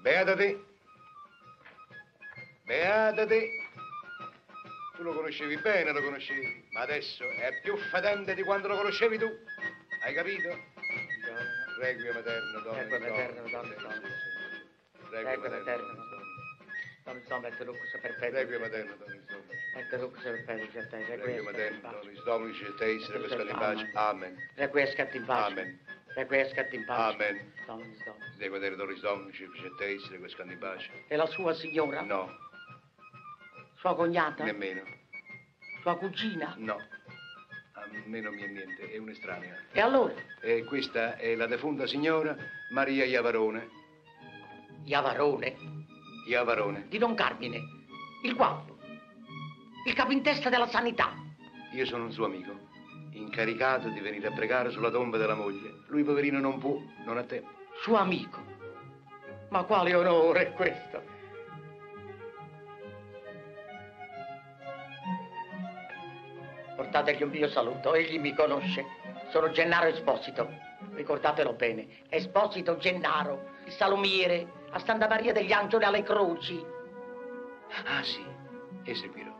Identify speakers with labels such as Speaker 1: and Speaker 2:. Speaker 1: Beata te. Beata te. Tu lo conoscevi bene, lo conoscevi, ma adesso è più fedente di quando lo conoscevi tu. Hai capito? Requiem eterno, donna.
Speaker 2: Requiem eterno, Domine, Domine.
Speaker 1: Requiem
Speaker 2: Requiem
Speaker 1: eterno.
Speaker 2: eterno, Dom insomma, è lucus per
Speaker 1: Requiem
Speaker 2: pedis.
Speaker 1: eterno, donna.
Speaker 2: È lucus per certo, pedis, è te.
Speaker 1: Requiem eterno,
Speaker 2: Requiem
Speaker 1: donis Dominus et Deis, requiescat in pace. Amen.
Speaker 2: Requiescat in pace.
Speaker 1: Amen.
Speaker 2: Requiescat in pace.
Speaker 1: Amen.
Speaker 2: Dominus Domine.
Speaker 1: Devo vedere Doris Dominus et Deis, requiescat in pace.
Speaker 2: E la sua signora?
Speaker 1: No,
Speaker 2: Sua cognata?
Speaker 1: nemmeno.
Speaker 2: Sua cugina?
Speaker 1: No. A me non mi è niente, è un'estranea.
Speaker 2: E allora?
Speaker 1: E questa è la defunta signora Maria Iavarone.
Speaker 2: Iavarone?
Speaker 1: Iavarone.
Speaker 2: Di Don Carmine? Il guapo? Il capo in testa della sanità?
Speaker 1: Io sono un suo amico, incaricato di venire a pregare sulla tomba della moglie. Lui, poverino, non può, non ha tempo.
Speaker 2: Suo amico? Ma quale onore è questo? Portategli un mio saluto, egli mi conosce. Sono Gennaro Esposito, ricordatelo bene. Esposito Gennaro, il salumiere, a Santa Maria degli Angeli alle Croci.
Speaker 1: Ah, sì, e seguirò.